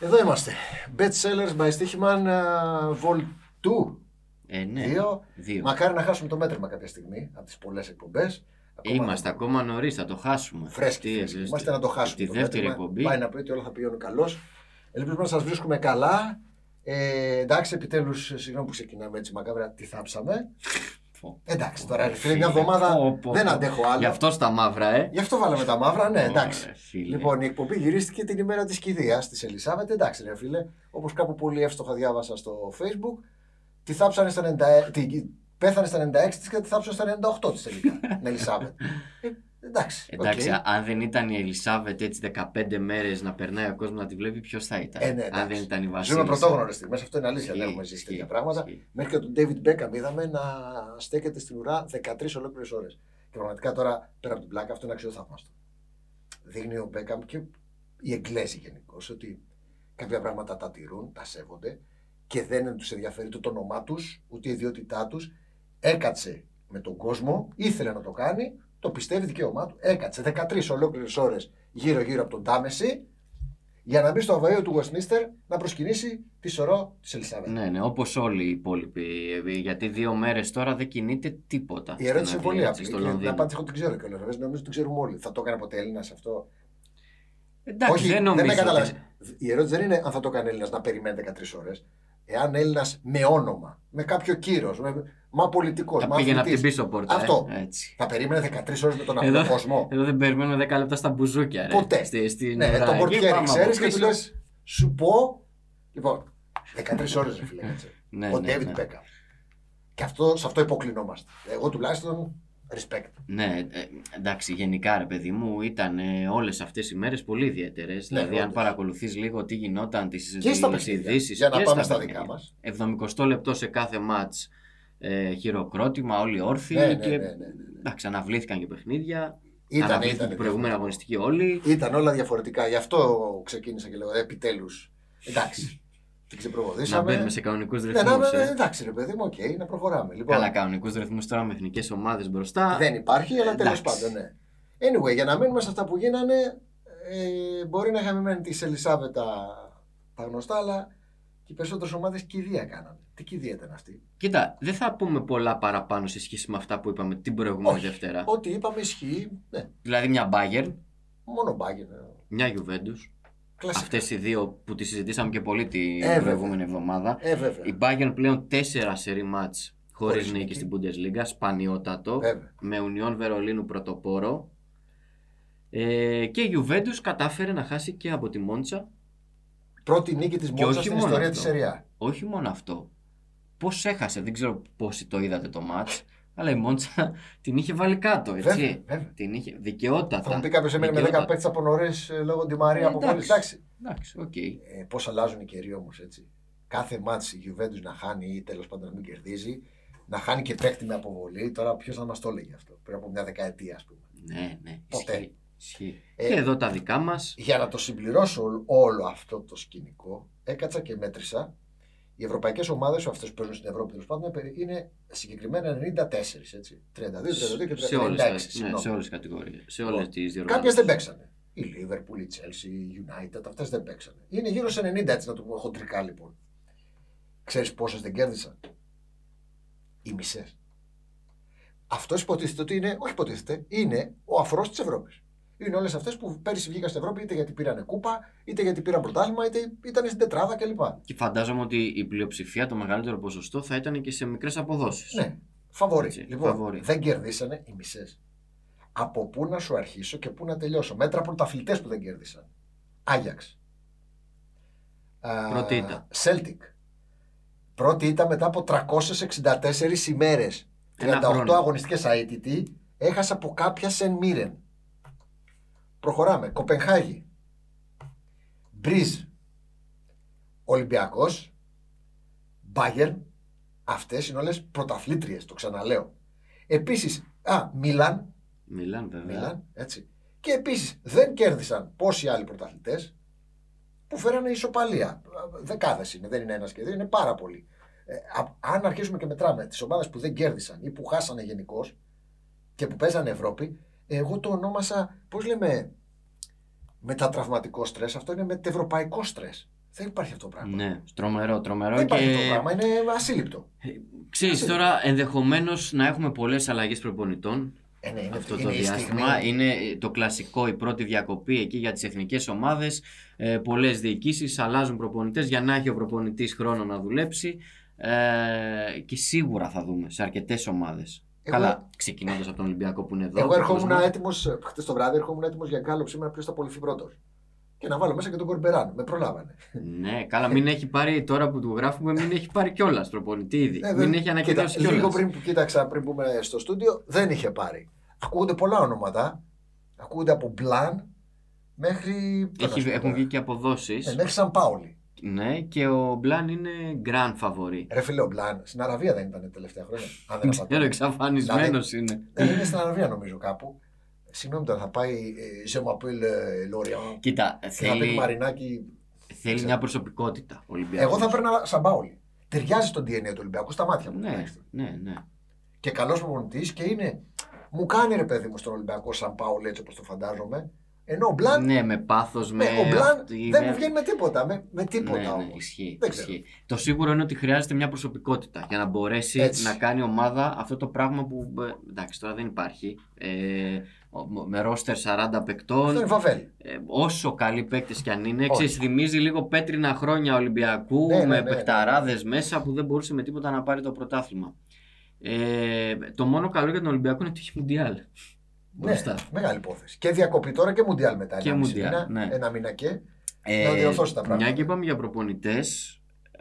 Εδώ είμαστε. Bet Sellers by Stichman ε, Vol 2. Ε, ναι. Δύο. Δύο. Μακάρι να χάσουμε το μέτρημα κάποια στιγμή από τις πολλές εκπομπές. Είμαστε ακόμα νωρίς, θα το χάσουμε. Φρέσκοι. Τι, φρέσκοι. ε, Είμαστε να το χάσουμε. Τη το δεύτερη μέτρημα. εκπομπή. Πάει να πει ότι όλα θα πηγαίνουν καλώς. Ελπίζουμε να σας βρίσκουμε καλά. Ε, εντάξει, επιτέλους, συγγνώμη που ξεκινάμε έτσι μακάβρα, τι θάψαμε. Φω. Εντάξει, Πω, τώρα ρε, ρε φίλε, μια φίλε. Πω, εβδομάδα πω, δεν πω. αντέχω άλλο. Γι' αυτό στα μαύρα, ε. Γι' αυτό βάλαμε τα μαύρα, ναι, εντάξει. Ωραία, φίλε. Λοιπόν, η εκπομπή γυρίστηκε την ημέρα της κηδείας της Ελισάβετ. Εντάξει, ρε φίλε, όπως κάπου πολύ εύστοχα διάβασα στο Facebook, τη θάψανε στα 90, την- πέθανε στα 96 της και τη θάψανε στα 98 της τελικά. την Ελισάβετ. Ε, εντάξει. Εντάξει, οκ. αν δεν ήταν η Ελισάβετ έτσι 15 μέρες να περνάει ο κόσμος να τη βλέπει, ποιος θα ήταν. Ε, ναι, αν εντάξει. δεν ήταν η Βασίλισσα. Ζούμε πρωτόγνωρες στιγμές, αυτό είναι αλήθεια. Δεν Ισχύει, έχουμε ζήσει ισχύει, τέτοια πράγματα. ισχύει. Μέχρι και τον David Beckham είδαμε να στέκεται στην ουρά 13 ολόκληρες ώρες. Και πραγματικά τώρα πέρα από την πλάκα, αυτό είναι αξιοθαύμαστο. Δείχνει ο Beckham και οι Εγγλέζοι γενικώς ότι κάποια πράγματα τα τηρούν, τα σέβονται και δεν τους ενδιαφέρει το όνομά τους, ούτε η ιδιότητά τους. Έκατσε με τον κόσμο, ήθελε να το κάνει, το πιστεύει δικαίωμά του. Έκατσε 13 ολόκληρες ώρες γύρω-γύρω από τον Τάμεση για να μπει στο αβαίο του Westminster να προσκυνήσει τη σωρό της Ελισάβετ. Ναι, ναι, όπως όλοι οι υπόλοιποι. ε, Γιατί δύο μέρες τώρα δεν κινείται τίποτα. Η στην ερώτηση είναι Αγγλία, πολύ έτσι, απλή. στο και Την Λονδίνο. απάντηση εγώ την ξέρω κιόλας. Νομίζω ότι την ξέρουμε όλοι. Θα το έκανε ποτέ Έλληνας αυτό. Εντάξει, δεν δεν νομίζω. με καταλαβαίνεις. ότι- Η ερώτηση δεν είναι αν θα το έκανε Έλληνας να περιμένει 13 ώρες. Εάν Έλληνας με όνομα, με κάποιο κύρος, με... μα πολιτικός, Θα μα πήγαινε από την αθλητής, πίσω πόρτα. ε, Αυτό. έτσι. θα περίμενε 13 ώρες με τον Εδώ- απλό κόσμο. Εδώ δεν περιμένουμε 10 λεπτά στα μπουζούκια. Ρε. Ποτέ. Στη, στη Ναι, νερά. τον Εκεί πάμε πορτιέρι από ξέρεις και του πίσω. λες, σου πω. Λοιπόν, 13 ώρες ρε φίλε. έτσι. Ναι, Ο ναι, Ντέβιντ ναι. Μπέκα. Και αυτό, σε αυτό υποκλεινόμαστε. Εγώ τουλάχιστον respect. Ναι, ε, εντάξει, γενικά ρε παιδί μου, ήταν όλες αυτές οι μέρες πολύ ιδιαίτερες. δηλαδή, αν όντως. παρακολουθείς λίγο τι γινόταν, τις Ναι, Και στα παιχνίδια, ειδήσεις. για να πάμε στα δικά μα. 70 λεπτό σε κάθε ματ ε, χειροκρότημα, όλοι όρθιοι. Ναι, ναι, και ναι, ναι, ναι, ναι. Εντάξει, αναβλήθηκαν και παιχνίδια. Ήταν, αναβλήθηκαν ήταν, την προηγούμενη αγωνιστική όλοι. ήταν όλα διαφορετικά. Γι' αυτό ξεκίνησα και λέω επιτέλους. Εντάξει. Την Να ξεπροβοδίσαμε. μπαίνουμε σε κανονικούς Ναι, να- ρυθμού. να- εντάξει, ρε παιδί μου, οκ, να προχωράμε. Λοιπόν, Καλά, κανονικούς ρυθμούς τώρα με εθνικές ομάδες μπροστά. δεν υπάρχει, αλλά τέλο Εντάξει. πάντων, ναι. Anyway, για να μείνουμε σε αυτά που γίνανε, ε, μπορεί να είχαμε μένει της Ελισάβετα τα γνωστά, αλλά και οι περισσότερες ομάδες κηδεία κάνανε. Τι κηδεία ήταν αυτή. Κοίτα, δεν θα πούμε πολλά παραπάνω σε σχέση με αυτά που είπαμε την προηγούμενη Όχι. Δευτέρα. Ό,τι είπαμε ισχύει, ναι, Δηλαδή μια Bayern, μόνο μπάγκερ. ε, μια Juventus. Κλασικά. Αυτές οι δύο που τη συζητήσαμε και πολύ την Ε, βέβαια. προηγούμενη εβδομάδα. Ε, βέβαια. Η Bayern πλέον τέσσερα σερή μάτς χωρίς Χωρίς νίκη νίκη. Ε. στην Bundesliga, σπανιότατο. Βέβαια. Με Union Βερολίνου πρωτοπόρο. Ε, και η Juventus κατάφερε να χάσει και από τη Μόντσα. Πρώτη νίκη της Και Μόντσα όχι στην μόνο ιστορία τη αυτό. Σεριά. Όχι μόνο αυτό. Πώς έχασε, δεν ξέρω πόσοι το είδατε το μάτς, αλλά η Μόντσα την είχε βάλει κάτω, έτσι. Βέβαια, βέβαια. Την είχε δικαιότατα. Θα μου πει κάποιο εμένα με 10 Δικαιότατα. παίκτε από νωρίς λόγω τη Μαρία Ε, από πολύ. εντάξει. Εντάξει. Εντάξει, οκ. Ε, Πώς αλλάζουν οι καιροί όμως έτσι. Κάθε μάτι η Juventus να χάνει ή τέλος πάντων να μην κερδίζει, να χάνει και παίκτη με αποβολή. Τώρα ποιος θα μας το έλεγε αυτό πριν από μια δεκαετία, ας πούμε. Ναι, ναι. Ποτέ. Ισχύει. ισχύει. Ε, και εδώ τα δικά μας. Για να το συμπληρώσω όλο- όλο αυτό το σκηνικό, έκατσα και μέτρησα. Οι ευρωπαϊκές ομάδες, αυτές που παίζουν στην Ευρώπη τέλος πάντων, είναι συγκεκριμένα 94, έτσι. 32, 32 και 36. Σε όλε ναι, συγγνώμη. σε όλες τις κατηγορίες. Σε Λοιπόν, όλες τις διοργανώσεις. Κάποιες δεν παίξανε. Η Liverpool, η Chelsea, η United, αυτές δεν παίξανε. Είναι γύρω σε 90 έτσι να το πούμε χοντρικά λοιπόν. Ξέρεις πόσες δεν κέρδισαν. Οι μισές. Αυτός υποτίθεται ότι είναι, όχι υποτίθεται, είναι ο αφρός της Ευρώπης. Είναι όλες αυτές που πέρυσι βγήκαν στην Ευρώπη είτε γιατί πήραν κούπα, είτε γιατί πήραν πρωτάθλημα, είτε ήταν στην τετράδα κλπ. Και φαντάζομαι ότι η πλειοψηφία, το μεγαλύτερο ποσοστό θα ήταν και σε μικρές αποδόσεις. Ναι, φαβορή. Έτσι, λοιπόν, φαβορί. δεν κερδίσανε οι μισές. Από πού να σου αρχίσω και πού να τελειώσω. Μέτρα πρωταθλητές που δεν κέρδισαν. Άγιαξ. Α, Πρώτη ήττα. Celtic. Πρώτη ήττα μετά από 364 ημέρε. 38 αγωνιστικές αίτητοι. Έχασα από κάποια σεν μύρεν. Προχωράμε. Κοπενχάγη. Μπρίζ. Ολυμπιακός. Μπάγερν. Αυτές είναι όλες πρωταθλήτριες, το ξαναλέω. Επίσης, α, Μίλαν, Μιλάν, βέβαια. Μίλαν, έτσι. Και επίσης δεν κέρδισαν πόσοι άλλοι πρωταθλητές που φέρανε ισοπαλία. Δεκάδες είναι, δεν είναι ένας και δύο, είναι πάρα πολλοί. Ε, α- αν αρχίσουμε και μετράμε τις ομάδες που δεν κέρδισαν ή που χάσανε γενικώς και που παίζανε Ευρώπη, εγώ το ονόμασα, πώς λέμε, μετατραυματικό στρες, αυτό είναι μετευρωπαϊκό στρες. Δεν υπάρχει αυτό το πράγμα. Ναι, τρομερό, τρομερό. Δεν υπάρχει αυτό το και πράγμα. Είναι ασύλληπτο. ξέρει Εσύ. τώρα, ενδεχομένως να έχουμε πολλές αλλαγές προπονητών Ε, ναι, είναι, αυτό είναι το η διάστημα. στιγμή. Είναι ε, το κλασικό, η πρώτη διακοπή εκεί για τις εθνικές ομάδες. Ε, Πολλές διοικήσεις αλλάζουν προπονητές για να έχει ο προπονητής χρόνο να δουλέψει. Ε, και σίγουρα θα δούμε σε αρκετές ομάδες. Εγώ- Καλά, ξεκινώντας από τον Ολυμπιακό που είναι εδώ. Εγώ τον ερχόμουν κόσμος. έτοιμο, χτε το βράδυ, ερχόμουν έτοιμος για κάλο σήμερα ποιο θα απολυθεί πρώτος. Και να βάλω μέσα και τον Κορμπεράν. Με προλάβανε. Ναι, καλά, μην έχει πάρει τώρα που του γράφουμε, μην έχει πάρει κιόλας προπονητή ήδη. Ναι, δεν- Ε, μην έχει ανακοινώσει Κοίτα, Λίγο κιόλας. πριν που κοίταξα, πριν μπούμε στο στούντιο, δεν είχε πάρει. Ακούγονται πολλά ονόματα. Ακούγονται από Μπλαν μέχρι. Τώρα, Έχει, τώρα. έχουν βγει και αποδόσεις. Ναι, μέχρι Σαν Πάολη. Ναι, και ο Μπλαν είναι grand φαβορή. Ρε φίλε, ο Μπλαν στην Αραβία δεν ήταν τα τελευταία χρόνια. Αν δεν απατώ. Ξέρω, εξαφανισμένο είναι. Ε, Είναι στην Αραβία νομίζω κάπου. Συγγνώμη τώρα, θα πάει ε, σε Μαπέλ Λόριαν. Κοίτα, Και θα πει θέλει, Μαρινάκι. θέλει μια προσωπικότητα ο Ολυμπιακός. Εγώ θα παίρνα σαν Πάολη. Ταιριάζει στο DNA του Ολυμπιακού στα μάτια μου. Ναι, τουλάχιστον. ναι, ναι. Και καλός προπονητής και είναι. Μου κάνει ρε παιδί μου στον Ολυμπιακό σαν Πάολη έτσι όπως το φαντάζομαι. Ενώ ο Μπλαν Ναι, με πάθος, με. Ναι, ο Μπλαν αυτή- δεν με- μου βγαίνει με τίποτα. Με, με τίποτα ναι, ναι, όμως. ισχύει, Δεν ισχύει. Το σίγουρο είναι ότι χρειάζεται μια προσωπικότητα για να μπορέσει Έτσι. να κάνει ομάδα αυτό το πράγμα που. ε, Εντάξει, τώρα δεν υπάρχει. Ε, ο- με ρόστερ 40 Αυτό είναι Ναι, παικτών. Βαβέλ. ε, όσο καλοί παίκτες κι αν είναι, Όχι. ξέρεις, θυμίζει λίγο πέτρινα χρόνια Ολυμπιακού Ναι, ναι, με ναι, ναι. παικταράδε μέσα που δεν μπορούσε με τίποτα να πάρει το πρωτάθλημα. Ε, το μόνο καλό για τον Ολυμπιακό είναι ότι έχει Μουντιάλ. Ναι, Μπροστά. μεγάλη υπόθεση. Και διακοπή τώρα και Μουντιάλ μετά. Και ένα μισή Μουντιάλ, μήνα, ναι. Ένα μήνα και. Ε, Να διορθώσει τα πράγματα. Μια και είπαμε για προπονητές,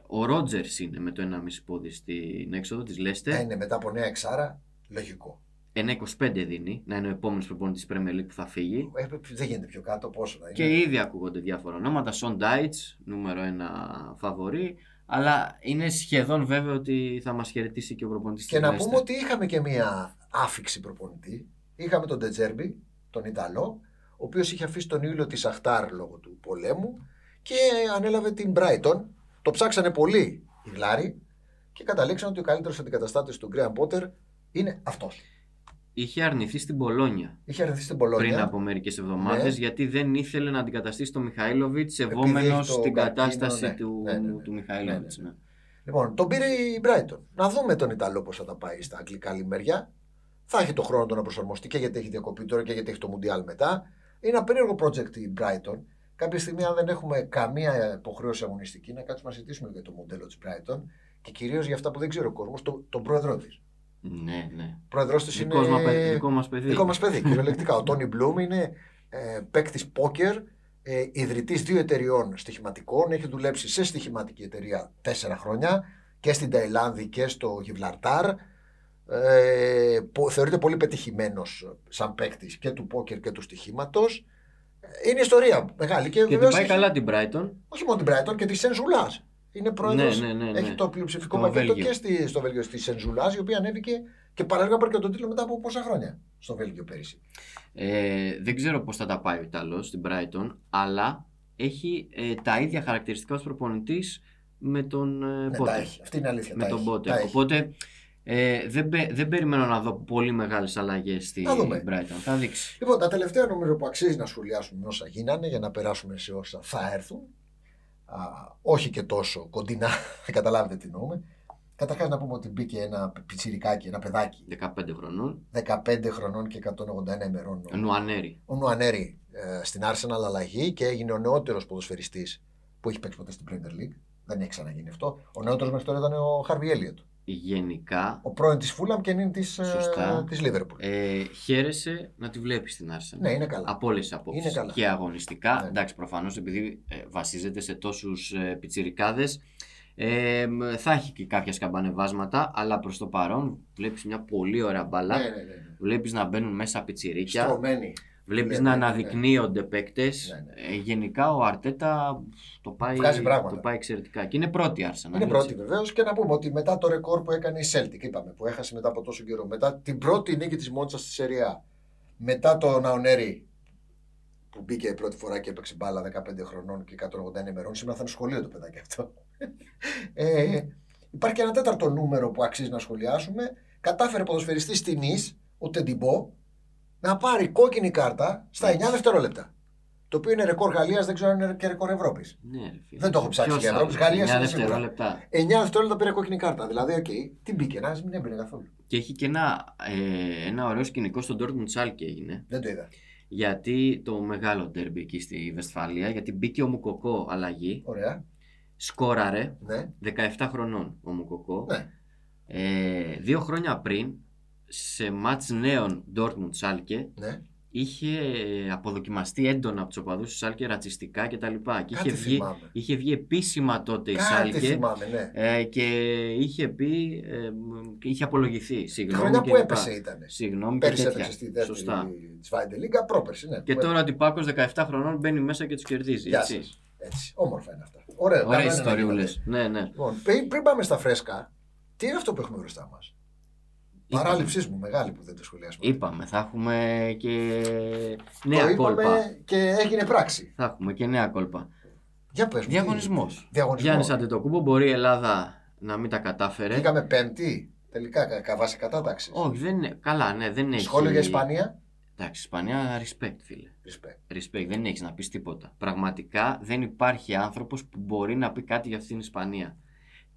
ο Ρότζερ είναι με το 1,5 πόδι στην έξοδο της Ε, Λέστερ. είναι μετά από νέα εξάρα. Λογικό. 1,25 δίνει να είναι ο επόμενος προπονητής της Premier League που θα φύγει. Ε, δεν γίνεται πιο κάτω. Πόσο θα είναι. Και ήδη ακούγονται διάφορα ονόματα. Σον Ντάιτ, νούμερο ένα φαβορή. Αλλά είναι σχεδόν βέβαιο ότι θα μας χαιρετήσει και ο προπονητής Και της να Λέστερ. πούμε ότι είχαμε και μία άφηξη προπονητή. Είχαμε τον Τετζέρμπι, τον Ιταλό, ο οποίος είχε αφήσει τον Ιούλιο της Αχτάρ λόγω του πολέμου και ανέλαβε την Brighton. Το ψάξανε πολύ οι Γλάροι και καταλήξαν ότι ο καλύτερος αντικαταστάτης του Γκρέαμ Πότερ είναι αυτός. Είχε αρνηθεί στην Πολόνια Είχε αρνηθεί στην Πολόνια. πριν από μερικές εβδομάδες Ναι. γιατί δεν ήθελε να αντικαταστήσει τον Μιχαήλοβιτ, Επειδή σεβόμενος έχει το την καρκίνο, κατάσταση ναι. του, Ναι, ναι, ναι. του Μιχαήλοβιτ. Ναι, ναι, Λοιπόν, τον πήρε η Brighton. Να δούμε τον Ιταλό πώς θα τα πάει στα αγγλικά άλλη μεριά. Θα έχει το χρόνο του να προσαρμοστεί και γιατί έχει διακοπή τώρα και γιατί έχει το Μουντιάλ μετά. Είναι ένα περίεργο project η Brighton. Κάποια στιγμή, αν δεν έχουμε καμία υποχρέωση αγωνιστική, να κάτσουμε να συζητήσουμε για το μοντέλο της Brighton και κυρίως για αυτά που δεν ξέρει ο κόσμος, το, τον πρόεδρό της. Ναι, ναι. Πρόεδρός της είναι. Δικό μα παιδί. Δικό μας παιδί. Δικό μας παιδί, κυριολεκτικά. Ο Τόνι Μπλουμ είναι ε, παίκτης πόκερ, ε, ιδρυτής δύο εταιριών στοιχηματικών. Έχει δουλέψει σε στοιχηματική εταιρεία τέσσερα χρόνια και στην Ταϊλάνδη και στο Γιβλαρτάρ. Ε, πο- θεωρείται πολύ πετυχημένος σαν παίκτης και του πόκερ και του στοιχήματος. Είναι ιστορία μεγάλη και, Και την βεβαίως. πάει καλά την Brighton. Όχι μόνο την Brighton και τη Σενζουλά. Είναι πρόεδρος. Ναι, ναι, ναι, ναι. Έχει το πλειοψηφικό Στο πακέτο Βέλγιο. και στη, στο Βέλγιο στη Σενζουλά, η οποία ανέβηκε και παράλληλα πάρει και τον τίτλο μετά από πόσα χρόνια στο Βέλγιο πέρυσι. Ε, δεν ξέρω πώς θα τα πάει ο Ιταλός στην Brighton, αλλά έχει ε, τα ίδια χαρακτηριστικά ως προπονητής με τον ε, Ναι, Potter. τα έχει. Αυτή είναι η αλήθεια. Με τα τον έχει. Potter. Τα έχει. Οπότε ε, δεν, πε- δεν περιμένω να δω πολύ μεγάλες αλλαγές στην Θα δούμε. Brighton. Θα δείξει. Λοιπόν, τα τελευταία νομίζω που αξίζει να σχολιάσουμε όσα γίνανε για να περάσουμε σε όσα θα έρθουν. Α, όχι και τόσο κοντινά, θα καταλάβετε τι εννοούμε. Καταρχάς να πούμε ότι μπήκε ένα πιτσιρικάκι, ένα παιδάκι 15 χρονών. 15 χρονών και 181 ημερών. Ο Νουανέρη. ο Νουανέρη ε, στην Arsenal αλλαγή και έγινε ο νεότερος ποδοσφαιριστής που έχει παίξει ποτέ στην Premier League. Δεν έχει ξαναγίνει αυτό. Ο νεότερος μέχρι τώρα ήταν ο Χάρβι Έλιοτ. Γενικά Ο πρώην της Φούλαμ και νυν ε, τη Σωστά. Λίβερπουλ. ε, χαίρεσε να τη βλέπεις στην Arsenal. Ναι, είναι καλά. Από όλες τις Είναι απόψει. καλά. Και αγωνιστικά. Ναι. Εντάξει, προφανώς επειδή ε, βασίζεται σε τόσους ε, πιτσιρικάδες, ε, μ, θα έχει και κάποια σκαμπανεβάσματα. Αλλά προς το παρόν βλέπεις μια πολύ ωραία μπαλά. Ναι, ναι, ναι, ναι. Βλέπεις να μπαίνουν μέσα πιτσιρίκια. Στρωμένη. Βλέπεις Ναι, να ναι, ναι. αναδεικνύονται παίκτες. Ναι, ναι. Ε, γενικά ο Αρτέτα το πάει, Βγάζει πράγματα. το πάει εξαιρετικά. Και είναι πρώτη η Arsenal. Είναι έτσι. πρώτη βεβαίως και να πούμε ότι μετά το ρεκόρ που έκανε η Celtic, είπαμε, που έχασε μετά από τόσο καιρό, μετά την πρώτη νίκη της Μόντσα στη Σεριά, μετά το Ναονέρι που μπήκε πρώτη φορά και έπαιξε μπάλα 15 χρονών και 181 ημερών, σήμερα θα είναι σχολείο το παιδάκι αυτό. ε, υπάρχει και ένα τέταρτο νούμερο που αξίζει να σχολιάσουμε. Κατάφερε ποδοσφαιριστής στην Ισ, ο Τεντιμπό, να πάρει κόκκινη κάρτα στα 9 δευτερόλεπτα. Το το οποίο είναι ρεκόρ Γαλλίας, δεν ξέρω αν είναι και ρεκόρ Ευρώπης. Ναι, ρε φίλε. Δεν το έχω ψάξει Ποιος για θα- Ευρώπη, Γαλλίας εννιά είναι σίγουρα. δευτερόλεπτα. 9 δευτερόλεπτα πήρε κόκκινη κάρτα. Δηλαδή, οκ, τι μπήκε, να μην έμπαινε καθόλου. Και έχει και ένα, ε, ένα ωραίο σκηνικό στον Dortmund Schalke έγινε. Δεν το είδα. Γιατί το μεγάλο ντέρμπι εκεί στη Βεσφαλία, γιατί μπήκε ο Μουκοκό αλλαγή, Ωραία. σκόραρε Ναι. 17 χρονών ο Μουκοκό. Ναι. Ε, δύο χρόνια πριν, σε μάτς νέων Dortmund Schalke, ναι. είχε αποδοκιμαστεί έντονα από τους οπαδούς της Σάλκε ρατσιστικά κτλ. Και Κάτι είχε βγει, θυμάμαι. είχε βγει επίσημα τότε η Κάτι Σάλκε θυμάμαι, ναι. ε, και είχε πει, ε, μ, και είχε απολογηθεί. Τη Συγγνώμη. χρονιά και που λοιπά. έπεσε ήταν. Συγγνώμη και Πέρυσι τέτοια. έπεσε στη δεύτερη Σωστά. Σβάιντε Λίγκα, πρόπερση. Ναι, Και που τώρα ο Πάκος 17 χρονών μπαίνει μέσα και τους κερδίζει. Γεια έτσι. έπεσε. Έτσι. Όμορφα είναι αυτά. Ωραία, καλό Ωραίε είναι να ιστοριούλες. γίνονται. Ναι, ναι. Λοιπόν, πριν, πριν πάμε στα φρέσκα, τι είναι αυτό που έχουμε μπροστά μας. Παράληψής μου, μεγάλη που δεν το σχολιάσαμε. Είπαμε, θα έχουμε και το νέα είπαμε κόλπα. και έγινε πράξη. Θα έχουμε και νέα κόλπα. Για πες μου. τι- Διαγωνισμός. Διαγωνισμός. Γιάννης ε. Αντετοκούμπο μπορεί η Ελλάδα να μην τα κατάφερε. Βγήκαμε πέμπτη. Τελικά κα- κα, βάση κατάταξης. Όχι, δεν είναι. Καλά, ναι, δεν έχει. Σχόλιο για Ισπανία. Εντάξει, Ισπανία, respect, φίλε. Respect. Respect, δεν έχεις να πεις τίποτα. Πραγματικά δεν υπάρχει άνθρωπος που μπορεί να πει κάτι για αυτήν την Ισπανία.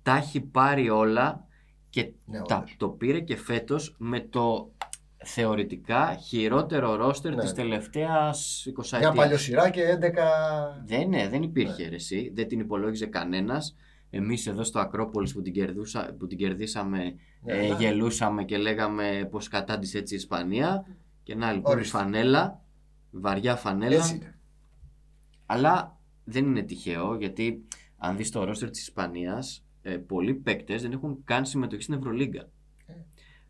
Τα έχει πάρει όλα και Ναι, τα, όντως. το πήρε και φέτος με το θεωρητικά χειρότερο ρόστερ Ναι. της τελευταίας 20 Μια ετία. παλιοσυρά και 11. Δεν, ναι, δεν υπήρχε ρε, εσύ, δεν την υπολόγιζε κανένας. Εμείς εδώ στο Ακρόπολης που, την κερδούσα- που την κερδίσαμε Ναι, ε, ναι. γελούσαμε και λέγαμε πως κατάντησε έτσι η Ισπανία και να λοιπόν Ορίστε. φανέλα, βαριά φανέλα Έτσι είναι. αλλά δεν είναι τυχαίο γιατί αν δεις το ρόστερ της Ισπανίας ε, πολλοί παίκτες δεν έχουν καν συμμετοχή στην Ευρωλίγκα Ε.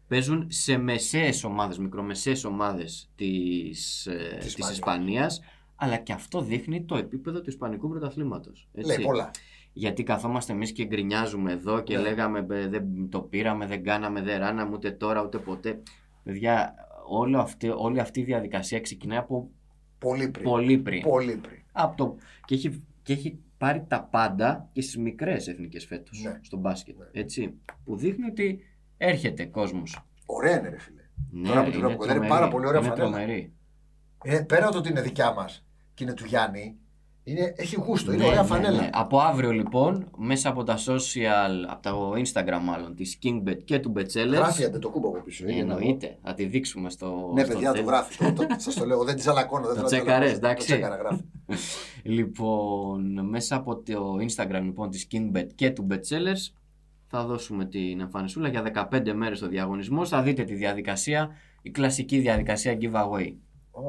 παίζουν σε μεσαίες ομάδες, μικρομεσαίες ομάδες της, ε, της, Ισπανίας. Ισπανίας αλλά και αυτό δείχνει το επίπεδο του Ισπανικού πρωταθλήματος. έτσι. Λέει πολλά. Γιατί καθόμαστε εμείς και γκρινιάζουμε εδώ και Ναι. λέγαμε «Μπε, δεν το πήραμε, δεν κάναμε, δεν ράναμε ούτε τώρα ούτε ποτέ. Παιδιά, όλο αυτή, όλη αυτή η διαδικασία ξεκινάει από Πολύ πριν. πολύ πριν. Πολύ πριν. Από το... και, έχει, και έχει πάρει τα πάντα και στις μικρές εθνικές φέτος Ναι. στο μπάσκετ. Ναι. Έτσι. Που δείχνει ότι έρχεται κόσμος. Ωραία είναι, ρε φίλε. Ναι, Τώρα που το λέω από κοντά, είναι πάρα πολύ ωραία είναι φανέλα. τρομερή. Ε, πέρα από το ότι είναι δικιά μας και είναι του Γιάννη, είναι, έχει γούστο. Είναι Ναι, ωραία ναι, φανέλα. ναι. Από αύριο λοιπόν, μέσα από τα social, από το Instagram μάλλον, της Kingbet και του Betzellers, Γράφει αν δεν το κούμπα από πίσω. Ε, είναι ένα- Εννοείται. Θα τη δείξουμε στο. Ναι, στο παιδιά, το τέλος. γράφει. Σας το λέω. Δεν τη αλακώνω. Δεν Το θέλω να τη τσέκαρες, αλακώσω. εντάξει. Το τσέκαρα, γράφει. Λοιπόν, μέσα από το Instagram λοιπόν της Kingbet και του Betsellers θα δώσουμε την εμφανισούλα για 15 μέρες το διαγωνισμό. Θα δείτε τη διαδικασία, η κλασική διαδικασία giveaway. Ω,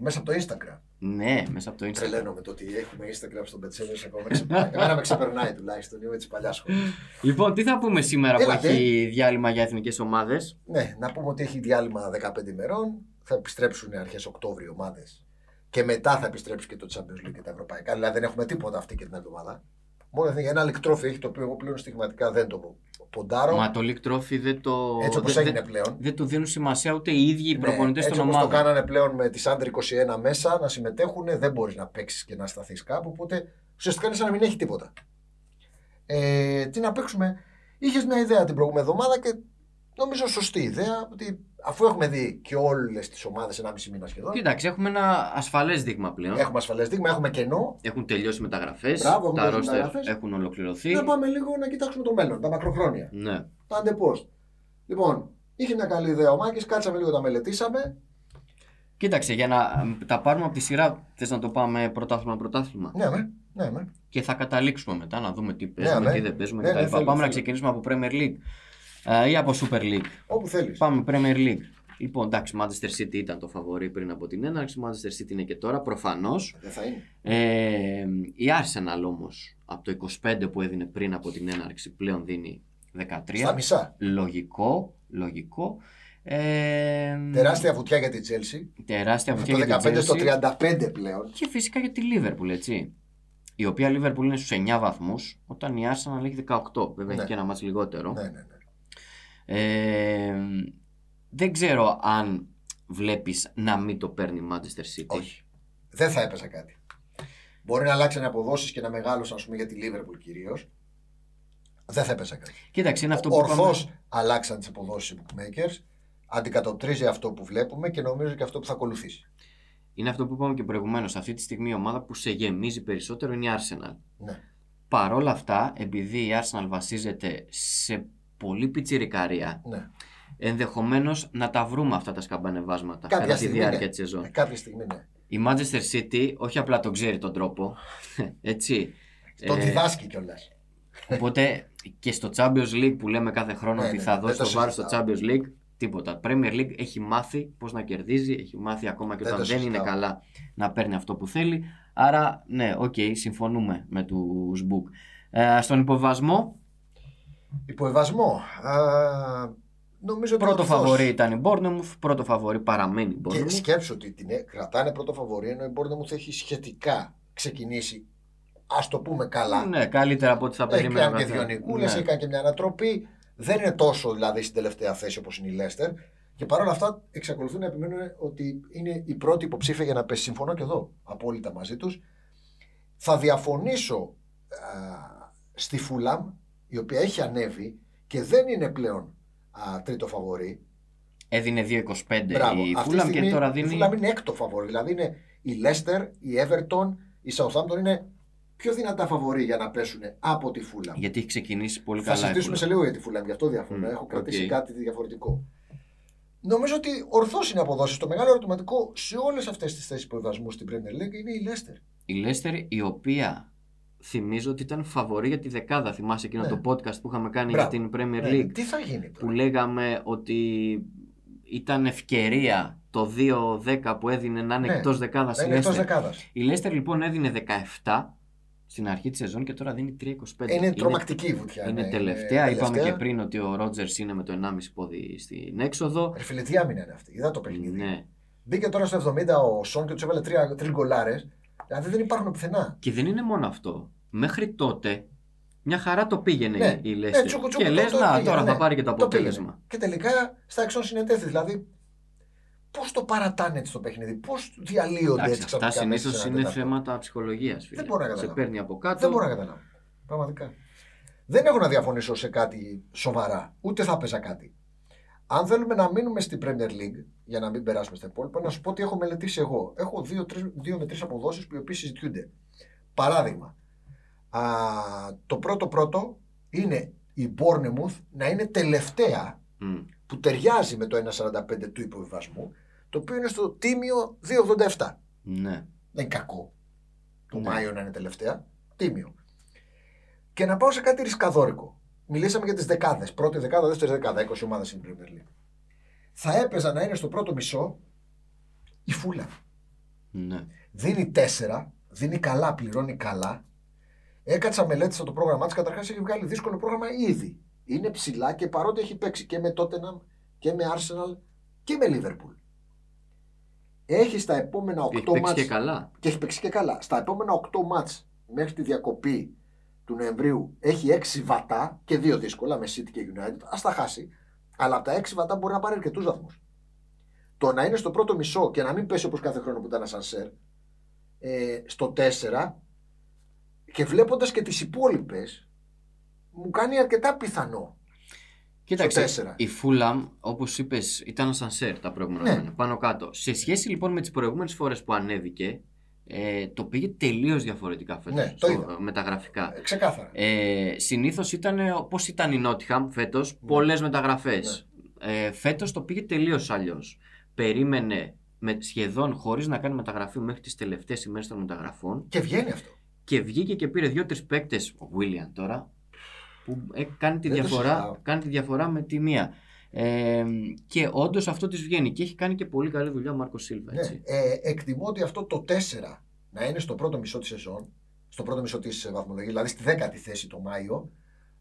μέσα από το Instagram. Ναι, μέσα από το Instagram. Τρελαίνω με το ότι έχουμε Instagram στον Πετσέλε ακόμα. ξεπερνάει. Εμένα με ξεπερνάει τουλάχιστον. Είμαι τη παλιά σχολή. Λοιπόν, τι θα πούμε σήμερα που Έλατε. έχει διάλειμμα για εθνικές ομάδες. Ναι, να πούμε ότι έχει διάλειμμα 15 ημερών. Θα επιστρέψουν αρχές Οκτώβρη οι ομάδες. Και μετά θα επιστρέψει και το Champions League και τα ευρωπαϊκά. Δηλαδή δεν έχουμε τίποτα αυτή και την άλλη εβδομάδα. Μόνο εθνική- ένα λικτρόφι έχει το οποίο εγώ πλέον στιγματικά δεν το ποντάρω. Μα το League Trophy δεν το. έτσι όπως δεν- έγινε δεν- πλέον. δεν του δίνουν σημασία ούτε οι ίδιοι οι Ναι, προπονητές έτσι των όπως το ομάδων. κάνανε πλέον με τις άντρε 21 μέσα να συμμετέχουν, δεν μπορείς να παίξεις και να σταθείς κάπου, οπότε ουσιαστικά είναι σαν να μην έχει τίποτα. Ε, τι να παίξουμε, είχες μια ιδέα την προηγούμενη εβδομάδα και νομίζω σωστή ιδέα, ότι αφού έχουμε δει και όλες τις ομάδες 1,5 μήνα σχεδόν, Κοίταξε, έχουμε ένα ασφαλές δείγμα πλέον. έχουμε ασφαλές δείγμα, έχουμε κενό, Έχουν τελειώσει μεταγραφές. Μπράβο, έχουν Τα τελειώσει ρόστερ μεταγραφές. έχουν ολοκληρωθεί. να πάμε λίγο να κοιτάξουμε το μέλλον, τα μακροχρόνια, Ναι. τα αντεπώς. Λοιπόν, είχε μια καλή ιδέα ο Μάκης, κάτσαμε λίγο, τα μελετήσαμε, Κοίταξε, για να μ, τα πάρουμε από τη σειρά, θες να το πάμε πρωτάθλημα-πρωτάθλημα. ναι, ναι, ναι, ναι. Και θα καταλήξουμε μετά να δούμε τι παίζουμε, ναι. τι δεν παίζουμε Ναι, κτλ. ναι, Πάμε θέλω, να θέλω. ξεκινήσουμε από Premier League ε, ή από Super League. όπου θέλεις. Πάμε Premier League. Λοιπόν, εντάξει, Manchester City ήταν το φαβορή πριν από την έναρξη. Manchester City είναι και τώρα, προφανώς. Δεν θα είναι. Ε, η Arsenal όμως, από το 25 που έδινε πριν από την έναρξη, πλέον δίνει 13. Στα μισά. Λογικό, λογικό. Ε, Τεράστια βουτιά για τη Τσέλσι. τεράστια Από βοήθεια για την το 15 στο Chelsea. 35 πλέον. Και φυσικά για τη Λίβερπουλ, έτσι. Η οποία Λίβερπουλ είναι στους 9 βαθμούς, όταν η Arsenal έχει 18. Βέβαια Ναι. έχει και ένα μάτς λιγότερο. Ναι, ναι, ναι. Ε, δεν ξέρω αν βλέπεις να μην το παίρνει η Manchester City. Όχι. Δεν θα έπαιζα κάτι. Μπορεί να αλλάξαν αποδόσει και να μεγάλωσαν, ας πούμε, για τη Λίβερπουλ κυρίως. Δεν θα έπαιζα κάτι. Κοίταξε, είναι αυτό που. Ορθώ είπαμε- αλλάξαν τις αποδόσεις οι bookmakers. Αντικατοπτρίζει αυτό που βλέπουμε και νομίζω και αυτό που θα ακολουθήσει. Είναι αυτό που είπαμε και προηγουμένως. Αυτή τη στιγμή η ομάδα που σε γεμίζει περισσότερο είναι η Arsenal. Ναι. Παρ' όλα αυτά, επειδή η Arsenal βασίζεται σε πολύ πιτσιρικαρία, ναι. ενδεχομένως να τα βρούμε αυτά τα σκαμπανεβάσματα Κάποια κατά τη στιγμή, διάρκεια ναι. της σεζόν. Ε, κάποια στιγμή ναι. Η Manchester City όχι απλά τον ξέρει τον τρόπο, έτσι. Το Ε, διδάσκει κιόλας. Οπότε και στο Champions League που λέμε κάθε χρόνο Ναι, ότι ναι, θα δεν δώσει το το βάρος στο συζητάω. Champions League, τίποτα. Premier League έχει μάθει πώς να κερδίζει, έχει μάθει ακόμα και Δεν όταν το δεν είναι συζητάω. καλά να παίρνει αυτό που θέλει. Άρα, ναι, οκ, συμφωνούμε με τους Book. Ε, στον υποβασμό, Υποβασμό. Α, νομίζω ότι πρώτο ο Ορθός- φαβορή ήταν η Bournemouth, πρώτο φαβορή παραμένει η Και Bournemouth. σκέψω ότι την ε- κρατάνε πρώτο φαβορή ενώ η Bournemouth έχει σχετικά ξεκινήσει ας το πούμε καλά. Ναι, καλύτερα από ό,τι θα Έχει περίμενα. κάνει και δύο νικούλε, Ναι. έκανε και μια ανατροπή. Δεν είναι τόσο δηλαδή στην τελευταία θέση όπως είναι η Λέστερ. Και παρόλα αυτά εξακολουθούν να επιμένουν ότι είναι η πρώτη υποψήφια για να πέσει. Συμφωνώ και εδώ απόλυτα μαζί τους. Θα διαφωνήσω α, στη Φούλαμ, η οποία έχει ανέβει και δεν είναι πλέον α, τρίτο φαβορή. Έδινε 2,25 Μπράβο. Ε, η Αυτή τη Fulham και στιγμή τώρα Η δίνει. Fulham είναι έκτο φαβορή. Δηλαδή είναι η Λέστερ, η Everton, η Southampton είναι πιο δυνατά φαβορή για να πέσουν από τη Φούλαμ. Γιατί έχει ξεκινήσει πολύ Θα καλά. η συζητήσουμε Fulham. σε λίγο για τη Φούλαμ, γι' αυτό διαφωνώ. Μμ, Έχω κρατήσει οκ. κάτι διαφορετικό. Νομίζω ότι ορθώς είναι αποδόσεις. Το μεγάλο ερωτηματικό σε όλες αυτές τις θέσεις υποβασμού στην Premier League είναι η Λέστερ. Η Λέστερ η οποία θυμίζω ότι ήταν φαβορή για τη δεκάδα. Θυμάσαι εκείνο Ναι. το podcast που είχαμε κάνει Μπράβο. Ναι, για την Premier League τι θα γίνει που τώρα. λέγαμε ότι ήταν ευκαιρία το 2-10 που έδινε να είναι Ναι. εκτός δεκάδας Θα η είναι εκτό Λέστερ. δεκάδας. Η Λέστερ λοιπόν έδινε 17 στην αρχή της σεζόν και τώρα δίνει 3-25. Είναι τρομακτική η βουτιά. Είναι ναι. τελευταία. Είναι Είπαμε και πριν ότι ο Ρότζερς είναι με το 1,5 πόδι στην έξοδο. Ρε φίλε, τι άμυνα είναι αυτή. Είδα το παιχνίδι. Ναι. Μπήκε τώρα στο 70 ο Σον και τους έβαλε τρία τριγκολάρε. Δηλαδή δεν υπάρχουν πουθενά. Και δεν είναι μόνο αυτό. Μέχρι τότε μια χαρά το πήγαινε Ναι. η Λέστερ. Ναι, τσούκου, τσούκου, και το- λες, το να, πήγαινε, τώρα θα ναι. πάρει και το Το αποτέλεσμα. πήγαινε. Και τελικά στα εξών συνετέθη. Δηλαδή, πώς το παρατάνε έτσι το παιχνίδι, πώς διαλύονται Εντάξει, έτσι αυτά ξαφνικά. μέσα σε συνήθω ένα είναι τέταρτο. θέματα ψυχολογίας. μπορώ να Σε καταλάβω. παίρνει από κάτω. Δεν μπορώ να καταλάβω. Πραγματικά. Δεν έχω να διαφωνήσω σε κάτι σοβαρά. Ούτε θα παίζα κάτι. Αν θέλουμε να μείνουμε στην Premier League, για να μην περάσουμε στα υπόλοιπα, να σου πω τι έχω μελετήσει εγώ. Έχω δύο, τρεις- δύο με τρεις αποδόσεις που οι οποίες συζητιούνται. Παράδειγμα, α, το πρώτο πρώτο είναι η Bournemouth να είναι τελευταία Μμ. που ταιριάζει με το 1,45 του υποβιβασμού, το οποίο είναι στο τίμιο 2,87. Ναι. Δεν είναι κακό. Το Ναι. Μάιο να είναι τελευταία. Τίμιο. Και να πάω σε κάτι ρισκαδόρικο. Μιλήσαμε για τις δεκάδες. Πρώτη δεκάδα, δεύτερη δεκάδα. 20 ομάδες στην Premier League. Θα έπαιζα να είναι στο πρώτο μισό η φούλα. ναι. Δίνει 4, δίνει καλά, πληρώνει καλά. Έκατσα μελέτησα το πρόγραμμά της. Καταρχάς έχει βγάλει δύσκολο πρόγραμμα ήδη. Είναι ψηλά και παρότι έχει παίξει και με Tottenham και με Arsenal και με Liverpool. Έχει στα επόμενα 8 Έχει παίξει μάτς και καλά. και έχει παίξει και καλά. Στα επόμενα 8 μάτς μέχρι τη διακοπή του Νοεμβρίου έχει 6 βατά και 2 δύσκολα με City και United. Ας τα χάσει. Αλλά από τα 6 βατά μπορεί να πάρει αρκετούς βαθμούς. Το να είναι στο πρώτο μισό και να μην πέσει όπως κάθε χρόνο που ήταν ασανσέρ ε, στο 4 και βλέποντας και τις υπόλοιπες μου κάνει αρκετά πιθανό. Κοίταξε, τέσσερα. η Fulham, όπως είπες, ήταν σαν σερ τα προηγούμενα Ναι. χρόνια. Πάνω κάτω. Σε σχέση λοιπόν με τις προηγούμενες φορές που ανέβηκε, ε, το πήγε τελείως διαφορετικά φέτος Ναι, το είδα. με τα γραφικά. Ε, Ξεκάθαρα. Ε, Συνήθως ήταν όπω ήταν η Νότιχαμ φέτος, Ναι. πολλές μεταγραφές. Ε, φέτος το πήγε τελείως αλλιώς. Περίμενε με, σχεδόν χωρίς να κάνει μεταγραφή μέχρι τις τελευταίες ημέρες των μεταγραφών Και βγαίνει αυτό. και βγήκε και πήρε δύο-τρει παίκτες. Ο Βίλιαν τώρα, που ε, κάνει, τη Δεν το διαφορά, συζητάω. κάνει τη διαφορά με τη μία. Ε, και όντως αυτό της βγαίνει και έχει κάνει και πολύ καλή δουλειά ο Μάρκος Σίλβα. Ναι, έτσι. ε, εκτιμώ ότι αυτό το 4 να είναι στο πρώτο μισό της σεζόν, στο πρώτο μισό της βαθμολογία, δηλαδή στη δέκατη θέση το Μάιο,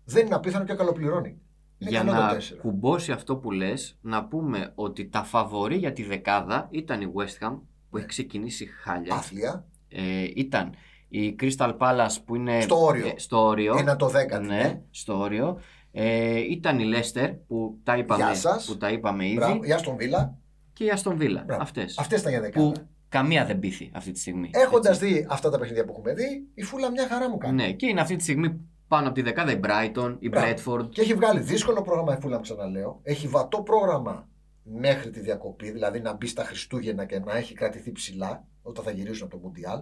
δεν είναι απίθανο και καλοπληρώνει. Είναι για καλό να το 4. κουμπώσει αυτό που λες, να πούμε ότι τα φαβορή για τη δεκάδα ήταν η West Ham που Ναι. έχει ξεκινήσει χάλια. Άθλια, Ε, ήταν η Crystal Palace που είναι Στο όριο. ε, στο όριο. ένα ε. το δέκατη. ναι, στο όριο. Ε, ήταν η Leicester που τα είπαμε, Γεια σας. που τα είπαμε ήδη Μπράβο, η Άστον Βίλα, και η Aston Villa. Μπράβο. Αυτές. αυτές ήταν για που δεκάδα. καμία δεν πείθει αυτή τη στιγμή. Έχοντας έτσι. δει αυτά τα παιχνίδια που έχουμε δει, η Φούλα μια χαρά μου κάνει. Ναι, και είναι αυτή τη στιγμή πάνω από τη δεκάδα η Brighton, η Μπράβο. Bradford. Και έχει βγάλει δύσκολο πρόγραμμα η Φούλα, ξαναλέω. Έχει βατό πρόγραμμα μέχρι τη διακοπή, δηλαδή να μπει στα Χριστούγεννα και να έχει κρατηθεί ψηλά όταν θα γυρίσουν από το Μουντιάλ.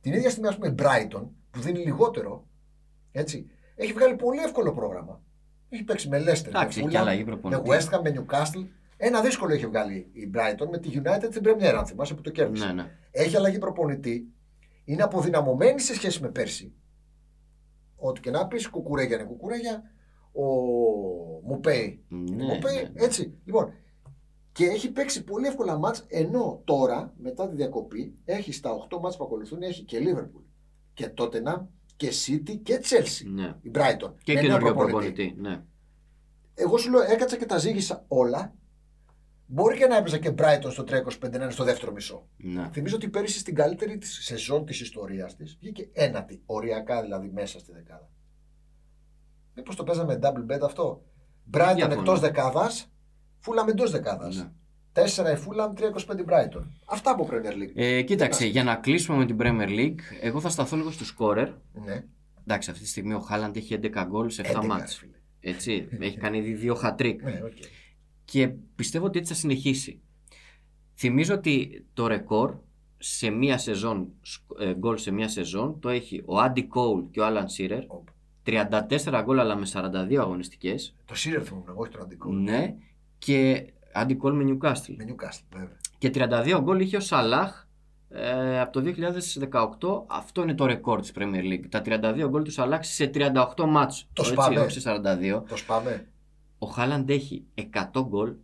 Την ίδια στιγμή, ας πούμε, η Brighton, που δίνει λιγότερο, έτσι, έχει βγάλει πολύ εύκολο πρόγραμμα. Έχει παίξει με Leicester, με Εντάξει, έχει και Fulham, αλλαγή με προπονητή. Ναι, West Ham, με Newcastle. Ένα δύσκολο έχει βγάλει η Brighton με τη United στην Premier, αν θυμάσαι που το κέρδισε. Ναι, ναι. Έχει αλλαγή προπονητή. Είναι αποδυναμωμένη σε σχέση με πέρσι. Ό,τι και να πεις, κουκουρέγια είναι κουκουρέγια. Ο Μουπέι ναι, Ο Πέι, ναι, ναι. έτσι. Λοιπόν, και έχει παίξει πολύ εύκολα μάτς, ενώ τώρα, μετά τη διακοπή, έχει στα 8 μάτς που ακολουθούν, έχει και Λίβερπουλ και Τότενα και City και Chelsea. Ναι. Η Brighton. Και με νέο καινούριο προπονητή. Ναι. Εγώ σου λέω, έκατσα και τα ζήγησα όλα. Μπορεί και να έπαιζα και Brighton στο 3-25-1 στο δεύτερο μισό. Ναι. Θυμίζω ότι πέρυσι στην καλύτερη της σεζόν της ιστορίας της βγήκε ένατη, οριακά δηλαδή μέσα στη δεκάδα. Μήπως το παίζαμε double bet αυτό. Brighton Διαφωνώ. εκτός δεκάδας, Fulham εντός δεκάδας. Ναι. 4 η Fulham, 3-25 Brighton. Αυτά από Premier League. Ε, κοίταξε, για να κλείσουμε με την Premier League, εγώ θα σταθώ λίγο στο σκόρερ. Ναι. Εντάξει, αυτή τη στιγμή ο Χάλαντ έχει 11 γκολ σε 7 11, μάτς. φίλε. Έτσι, έχει κάνει ήδη δύο χατρίκ. Ναι, okay. Και πιστεύω ότι έτσι θα συνεχίσει. Θυμίζω ότι το ρεκόρ σε μία σεζόν, σκ- ε, γκολ σε μία σεζόν, το έχει ο Άντι Κόουλ και ο Άλαν Σίρερ. 34 γκολ αλλά με 42 αγωνιστικές. Το Σίρερ θυμόμουν εγώ, όχι τον Αντικό. Ναι. Και Άντι Κόουλ με Νιουκάστιλ. Με Newcastle, βέβαια. Και 32 γκολ είχε ο Σαλάχ ε, από το 2018. Αυτό είναι το ρεκόρ της Premier League. Τα 32 γκολ του Σαλάχ σε 38 μάτς. Το Έτσι, σπάμε. όχι σε 42. Το σπάμε. Ο Χάλαντ έχει 100 γκολ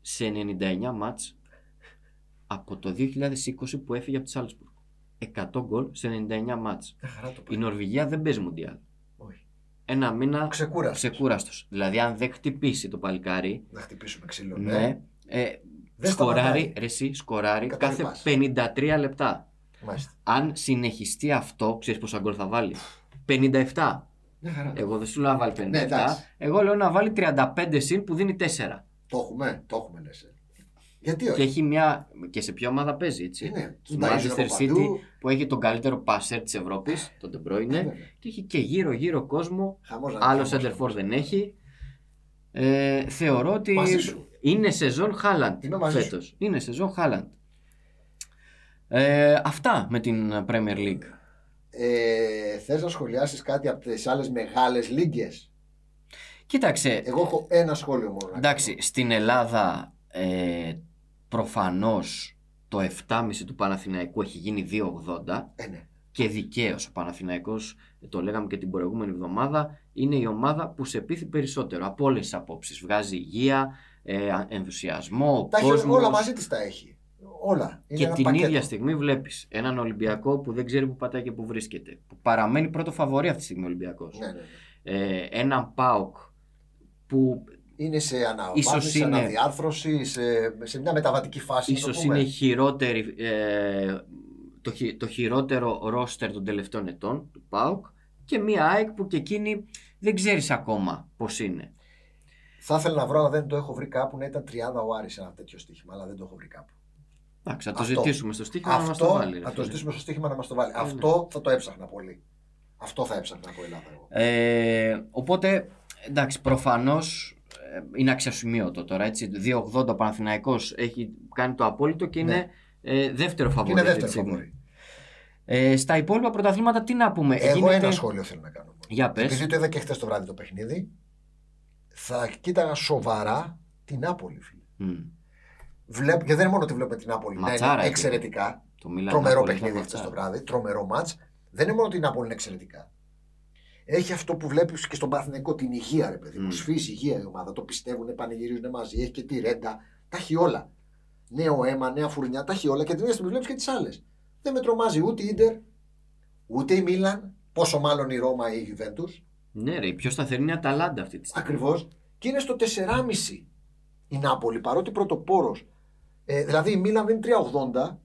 σε 99 μάτς από το 2020 που έφυγε από τη Σάλτσμπουργκ. 100 γκολ σε 99 μάτς. Μια χαρά το Η πάει. Νορβηγία δεν παίζει μουντιάλ. Όχι. Ένα μήνα Ξεκούρασε. ξεκούραστος. Δηλαδή αν δεν χτυπήσει το παλικάρι, Να χτυπήσουμε ξύλο. ναι, ε, Δεν σκοράρει, σταματάει. ρε εσύ, σκοράρει κάθε Καταρρυπάς. 53 λεπτά. Μάλιστα. Αν συνεχιστεί αυτό, ξέρεις πόσα γκολ θα βάλει. 57. Μια χαρά. Εγώ δεν σου λέω να βάλει 57. Ναι, εντάξει. Εγώ λέω να βάλει 35 συν που δίνει 4. Το έχουμε, το έχουμε λες. ε. Γιατί όχι. Και έχει μια. και σε ποια ομάδα παίζει, έτσι. Ναι, Στη τους ταΐζουν Manchester από City παντού. που έχει τον καλύτερο πάσερ της Ευρώπης, τον De Bruyne. Βέβαια. Και έχει και γύρω-γύρω κόσμο. ναι. Χαμός να ναι. Άλλο χαμός. center δεν έχει. Ε, θεωρώ ότι Μαζί σου. είναι σεζόν Χάλαντ Είμαι μαζί σου. φέτος. Είναι σεζόν Χάλαντ. Ε, αυτά με την Premier League. Ε, θες να σχολιάσεις κάτι από τις άλλες μεγάλες λίγκες. Κοίταξε, Εγώ έχω ένα σχόλιο μόνο. να Εντάξει, στην Ελλάδα ε, προφανώς το 7,5 του Παναθηναϊκού έχει γίνει 2,80 κάνω. Ε, ναι. και δικαίως ο Παναθηναϊκός, το λέγαμε και την προηγούμενη εβδομάδα, είναι η ομάδα που σε πείθει περισσότερο από όλες τις απόψεις. Βγάζει υγεία, ε, α- ενθουσιασμό, Τα έχει κόσμος. όλα μαζί της τα έχει. Όλα. Είναι Και ένα την πακέτο. Ναι, ίδια στιγμή βλέπεις έναν Ολυμπιακό που δεν ξέρει που πατάει και που βρίσκεται. Που παραμένει πρώτο φαβορή αυτή τη στιγμή ο Ολυμπιακός. Ναι, ναι, ναι. Ε, έναν ΠΑΟΚ που Είναι σε Ίσως αναβάθμιση, σε είναι- αναδιάρθρωση, σε, σε μια μεταβατική φάση. να το Ίσως πούμε. είναι η χειρότερη, ε, το, χει- το χειρότερο ρόστερ των τελευταίων ετών του ΠΑΟΚ και μία ΑΕΚ που και εκείνη δεν ξέρεις ακόμα πώς είναι. Θα ήθελα να βρω, αλλά δεν το έχω βρει κάπου, να ήταν 30 ο Άρης ένα τέτοιο στοίχημα, αλλά δεν το έχω βρει κάπου. Εντάξει, θα το Αυτό. ζητήσουμε στο στοίχημα να μας Αυτό το βάλει. ρε θα το φίλε. ζητήσουμε στο στοίχημα να μας το βάλει. Ναι, ναι. Αυτό θα το έψαχνα πολύ. Αυτό θα έψαχνα από Ελλάδα εγώ. Ε, οπότε, εντάξει, προφανώς ε, είναι αξιοσημείωτο τώρα, έτσι. 2.80 ο Παναθηναϊκός έχει κάνει το απόλυτο και Ναι. είναι ε, δεύτερο Και φαβορή. είναι αυτή τη δεύτερο στιγμή. φαβορή. Ε, στα υπόλοιπα πρωταθλήματα τι να πούμε. ε, Εγώ Γίνεται- ένα σχόλιο θέλω να κάνω. Για πες. Επειδή το είδα και χθες το βράδυ το παιχνίδι, θα κοίταγα σοβαρά την Νάπολη, φίλε. Μμ, Βλέπ, γιατί δεν είναι μόνο ότι βλέπουμε την Νάπολη να Ματσάρα είναι εκεί. εξαιρετικά. το Μίλαν τρομερό Νάπολη, παιχνίδι ήταν χθες το ματσάρα. βράδυ, τρομερό μάτ. Δεν είναι μόνο ότι η Νάπολη είναι εξαιρετικά. Έχει αυτό που βλέπεις και στον Παθηνικό, την υγεία, ρε παιδί μου. Μμ. Σφίζει υγεία η ομάδα. Το πιστεύουν, πανηγυρίζουν μαζί. Έχει και τη ρέντα. Τα έχει όλα. Νέο αίμα, νέα φουρνιά, τα έχει όλα. Και την ίδια στιγμή βλέπεις και τις άλλες. Δεν με τρομάζει ούτε η ντερ, ούτε η Μίλαν. Πόσο μάλλον η Ρώμα ή η Γιουβέντους. Ναι, ρε, η πιο σταθερή είναι η Αταλάντα αυτή τη στιγμή. Ακριβώς. Και είναι στο 4,5 η Νάπολη, παρότι πρωτοπόρος. Ε, δηλαδή η Μίλαν δίνει 3,80.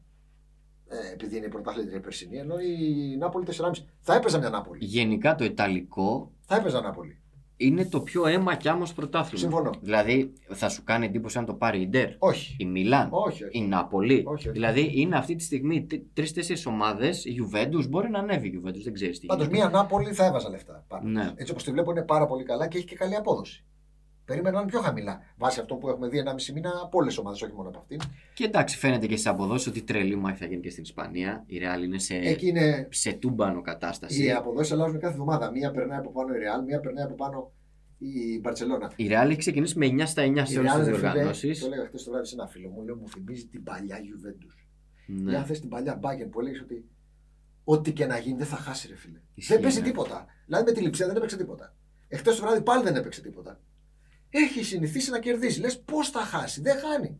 Ε, επειδή είναι η πρωταθλήτρια η περσινή, ενώ η Νάπολη 4,5. Θα έπαιζα μια Νάπολη. Γενικά το Ιταλικό Θα έπαιζα Νάπολη. είναι το πιο αίμα κι άμμος πρωτάθλημα. Συμφωνώ. Δηλαδή θα σου κάνει εντύπωση αν το πάρει η Ντερ, Όχι. η Μιλάν, Όχι, όχι. η Νάπολη. Όχι, όχι. Δηλαδή είναι αυτή τη στιγμή τρει-τέσσερι ομάδε. Η Γιουβέντους μπορεί να ανέβει η Γιουβέντους, δεν ξέρεις τι Πάντως γίνεται. μια Νάπολη θα έβαζα λεφτά. πάνω. Ναι. Έτσι όπως τη βλέπω είναι πάρα πολύ καλά και έχει και καλή απόδοση. Περίμεναν πιο χαμηλά. Βάσει αυτό που έχουμε δει 1,5 μήνα από όλες τις ομάδες, όχι μόνο από αυτήν. Και εντάξει, φαίνεται και στις αποδόσεις ότι τρελή μάχη θα γίνει και στην Ισπανία. Η Ρεάλ είναι σε, Εκεί είναι σε τούμπανο κατάσταση. οι αποδόσεις αλλάζουν κάθε εβδομάδα. Μία περνάει από πάνω η Ρεάλ, μία περνάει από πάνω η Μπαρσελόνα. Η Ρεάλ έχει ξεκινήσει με 9 στα 9 σε Η όλε Real, τι ρε φίλε, διοργανώσει. Το έλεγα χθες το βράδυ σε ένα φίλο μου, λέω μου θυμίζει την παλιά Juventus. Ναι. Ναι. Αν θες την παλιά Bayern που έλεγες ότι ό,τι και να γίνει δεν θα χάσει, ρε φίλε. Ισχύει, δεν παίζει ναι. τίποτα. Δηλαδή με τη λειψία δεν έπαιξε τίποτα. Εχθές το βράδυ πάλι δεν έπαιξε τίποτα. Έχει συνηθίσει να κερδίσει. Λες πώς θα χάσει. Δεν χάνει.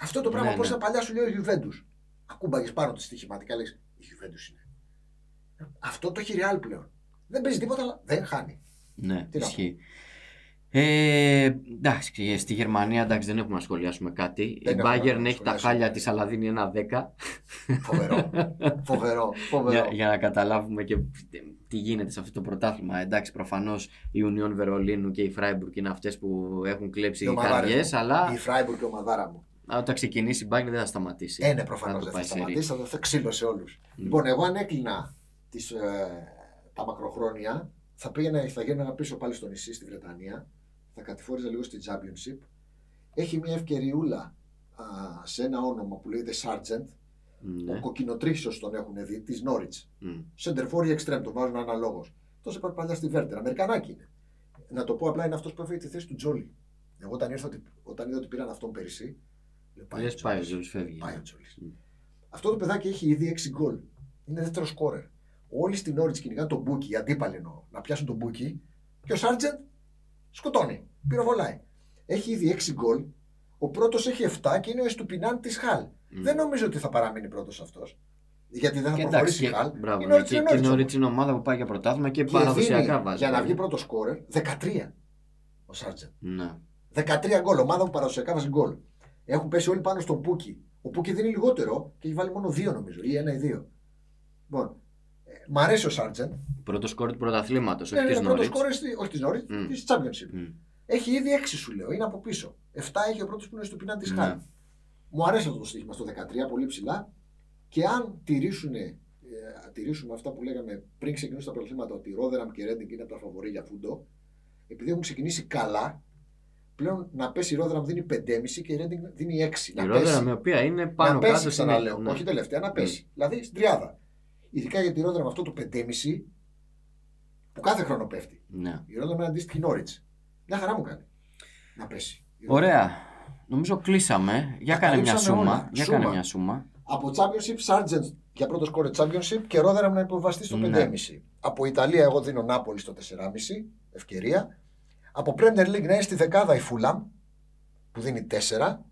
Αυτό το πράγμα Ναι, πώς ναι. ήταν παλιά σου λέει ο Γιουβέντους. Ακούμπαγες πάνω τη στοιχηματικά λες η Γιουβέντους είναι. Αυτό το έχει η Real πλέον. Δεν παίζει τίποτα, αλλά δεν χάνει. Ναι, Τι να ισχύει. Ε, εντάξει, στη Γερμανία εντάξει, δεν έχουμε να σχολιάσουμε κάτι. Δεν η έχουμε να Bayern έχει τα σχολιάσουμε. χάλια της, αλλά δίνει ένα 10. Φοβερό. φοβερό. Φοβερό. Για, για να καταλάβουμε και τι γίνεται σε αυτό το πρωτάθλημα. Εντάξει, προφανώς η Union Βερολίνου και η Freiburg είναι αυτές που έχουν κλέψει Οι οι ομαδάρες καρδιέ, μου. αλλά ναι. Η Φράιμπουργκ και ο Μαδάρα μου. α, όταν ξεκινήσει η Bayern δεν θα σταματήσει. Ναι, Ε, ναι, προφανώ το δεν θα πάει σε σταματήσει, θα δοθεί ξύλο σε όλου. Λοιπόν, εγώ αν έκλεινα τις, ε, τα μακροχρόνια, θα πήγαινα, θα γύρνα πίσω πάλι στο νησί, στη Βρετανία, θα κατηφόριζα λίγο στη Championship. Έχει μια ευκαιριούλα α, σε ένα όνομα που λέγεται Sargent, Ναι. ο κοκκινοτρίχιο τον έχουν δει, της Norwich. Μμ. Σεντερφόρ ή εξτρέμ, τον βάζουν αναλόγως. Τόσο είπα παλιά στη Βέρτερ. Αμερικανάκι είναι. Να το πω απλά είναι αυτός που έφυγε τη θέση του Τζόλι. Εγώ όταν, ήρθα, ότι- όταν είδα ότι πήραν αυτόν πέρυσι, λέω, Λες, πάει ο Τζόλις. Ζούλης, φεύγει. Πάει ο Τζόλις. Mm. Αυτό το παιδάκι έχει ήδη 6 γκολ. Είναι δεύτερος σκόρερ. Όλοι στην Όριτ κυνηγάνε τον Μπούκι, οι αντίπαλοι εννοώ, να πιάσουν τον Μπούκι και ο Σάρτζεντ σκοτώνει, πυροβολάει. Έχει ήδη 6 γκολ. Ο πρώτος έχει 7 και είναι ο Εστουπινάν της Χαλ. Μμ. Δεν νομίζω ότι θα παραμείνει πρώτος αυτός. Γιατί δεν θα Και προχωρήσει εντάξει, η Χαλ. και, μπράβο, Η ναι, Norwich και, είναι και η Norwich Norwich όμως. είναι ομάδα που πάει για πρωτάθλημα και, Και παραδοσιακά δίνει, βάζει. Για να βέβαια. βγει πρώτος σκόρερ, 13 ο Σάρτζεντ. Ναι. 13 γκολ. Ομάδα που παραδοσιακά βάζει γκολ. Έχουν πέσει όλοι πάνω στον Πούκι. Ο Πούκι δίνει λιγότερο και έχει βάλει μόνο δύο νομίζω, ή ένα ή δύο. Λοιπόν, ε, μ' αρέσει ο Σάρτζεντ. Πρώτο σκόρ του πρωταθλήματος, Ναι, όχι είναι της πρώτος Νόριτ. σκόρερ στη- όχι της Νόριτ, Μμ. της Championship. Έχει ήδη 6 σου λέω, είναι από πίσω. 7 έχει ο πρώτος που είναι στο πινά τη Ναι. Χάρη. Μου αρέσει αυτό το στοίχημα στο 13, πολύ ψηλά. Και αν τηρήσουν, ε, τηρήσουμε αυτά που λέγαμε πριν ξεκινήσουν τα πρωταθλήματα, ότι η Ρόδεραμ και η Ρέντινγκ είναι από τα φαβορή για φούντο, επειδή έχουν ξεκινήσει καλά, πλέον να πέσει η Ρόδεραμ δίνει 5,5 και η Ρέντινγκ δίνει 6. Η να Ρόδερα πέσει. με οποία είναι πάνω να κάτω ναι. πέσει, στην ξαναλέω. Όχι τελευταία, να πέσει. Δηλαδή στην τριάδα. Ειδικά για τη Ρόδεραμ αυτό το 5,5 που κάθε χρόνο πέφτει. Ναι. Η Ρόδα με αντίστοιχη Νόριτ. Μια χαρά μου κάνει. Να πέσει. Ωραία. Νομίζω κλείσαμε. Για Τα κάνε μια καλύψαμε σούμα. όλα. Για Σούμα. κάνε μια σούμα. Από Championship Sargent για πρώτο σκόρε Championship και Ρόδερα να υποβαστεί στο Ναι. 5,5. Από Ιταλία εγώ δίνω Νάπολη στο 4,5. Ευκαιρία. Από Premier League να είναι στη δεκάδα η Fulham που δίνει 4.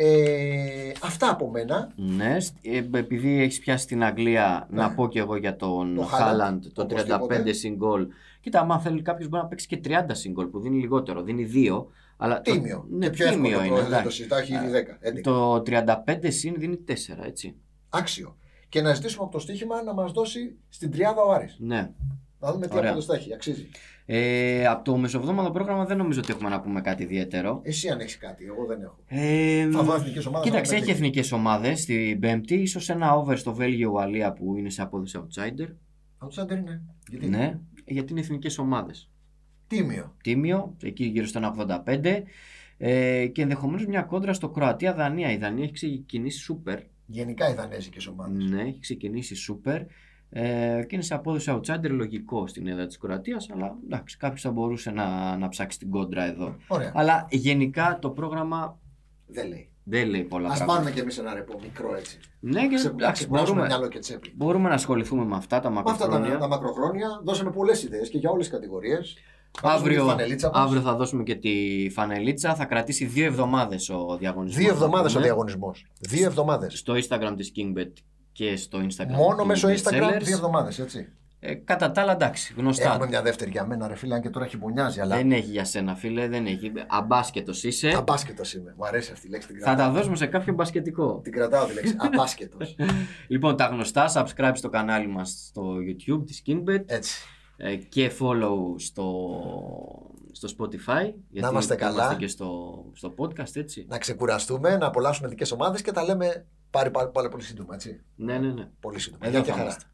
Ε, αυτά από μένα. Ναι, σ- ε, επειδή έχεις πιάσει την Αγγλία, Ναι. να πω και εγώ για Το τον Haaland, Χάλαντ, το οπωσδήποτε. 35 συγκόλ. Κοίτα, άμα θέλει κάποιος μπορεί να παίξει και 30 συγκόλ που δίνει λιγότερο, δίνει 2. Αλλά το- Τίμιο. Ναι, και πιο εύκολο τίμιο είναι. το, δεν το εντάξει. Ε, συζητάω, έχει ήδη 10. 11. Το 35 συν δίνει 4, έτσι. Άξιο. Και να ζητήσουμε από το στοίχημα να μας δώσει στην τριάδα ο Άρης. Ναι. Να δούμε τι Ωραία. απόδοση θα έχει. Αξίζει. Ε, από το μεσοβδόμαδο πρόγραμμα δεν νομίζω ότι έχουμε να πούμε κάτι ιδιαίτερο. Εσύ αν έχεις κάτι, εγώ δεν έχω. Ε, Θα δω εθνικές ομάδες. Κοίταξε, έχει εθνικές ομάδες την Πέμπτη. ίσως ένα over στο Βέλγιο Ουαλία που είναι σε απόδοση outsider. Outsider είναι. Γιατί Ναι, γιατί είναι εθνικές ομάδες. τίμιο. Τίμιο, εκεί γύρω στο 1,85. Ε, και ενδεχομένως μια κόντρα στο Κροατία-Δανία. Η Δανία έχει ξεκινήσει σούπερ. Γενικά οι δανέζικες ομάδες. Ναι, έχει ξεκινήσει σούπερ. Ε, και είναι σε απόδοση outsider λογικό στην έδρα της Κροατίας. Αλλά εντάξει, κάποιος θα μπορούσε να, να ψάξει την κόντρα εδώ. Ωραία. Αλλά γενικά το πρόγραμμα Δεν λέει. δεν λέει πολλά Ας πράγματα. πάρουμε κι εμείς ένα ρεπό μικρό έτσι. Ναι, και Ξε- Να εντάξει, ξεπεράσουμε μπορούμε, μυαλό και τσέπη. μπορούμε να ασχοληθούμε με αυτά τα Με αυτά μακροχρόνια. τα, τα μακροχρόνια δώσαμε πολλές ιδέες και για όλες τις κατηγορίες. Αύριο, αύριο θα δώσουμε και τη φανελίτσα. Θα κρατήσει δύο εβδομάδες ο διαγωνισμός. Δύο εβδομάδες Ναι. ο διαγωνισμός. Δύο εβδομάδες. Στο Instagram της KingBet και στο Instagram. Μόνο του μέσω Best Instagram Sellers. δύο εβδομάδες, έτσι. Ε, κατά τα άλλα, εντάξει, γνωστά. Έχουμε μια δεύτερη για μένα, ρε φίλε, αν και τώρα χειμωνιάζει, αλλά. Δεν έχει για σένα, φίλε, δεν έχει. Αμπάσκετος είσαι. Αμπάσκετος είμαι. Μου αρέσει αυτή η λέξη. Την Θα κρατάω, τα δώσουμε σε κάποιο μπασκετικό. την κρατάω τη λέξη. Αμπάσκετος. Λοιπόν, τα γνωστά, subscribe στο κανάλι μας στο YouTube της KingBet Έτσι. ε, και follow στο, στο Spotify. Γιατί είμαστε καλά. και στο, στο podcast, έτσι. Να ξεκουραστούμε, να απολαύσουμε ειδικέ ομάδες και τα λέμε πάρει, πάρει, πάρα πολύ σύντομα, έτσι. Ναι, ναι, ναι. Πολύ σύντομα. Εδώ Γεια και θα χαρά. είμαστε.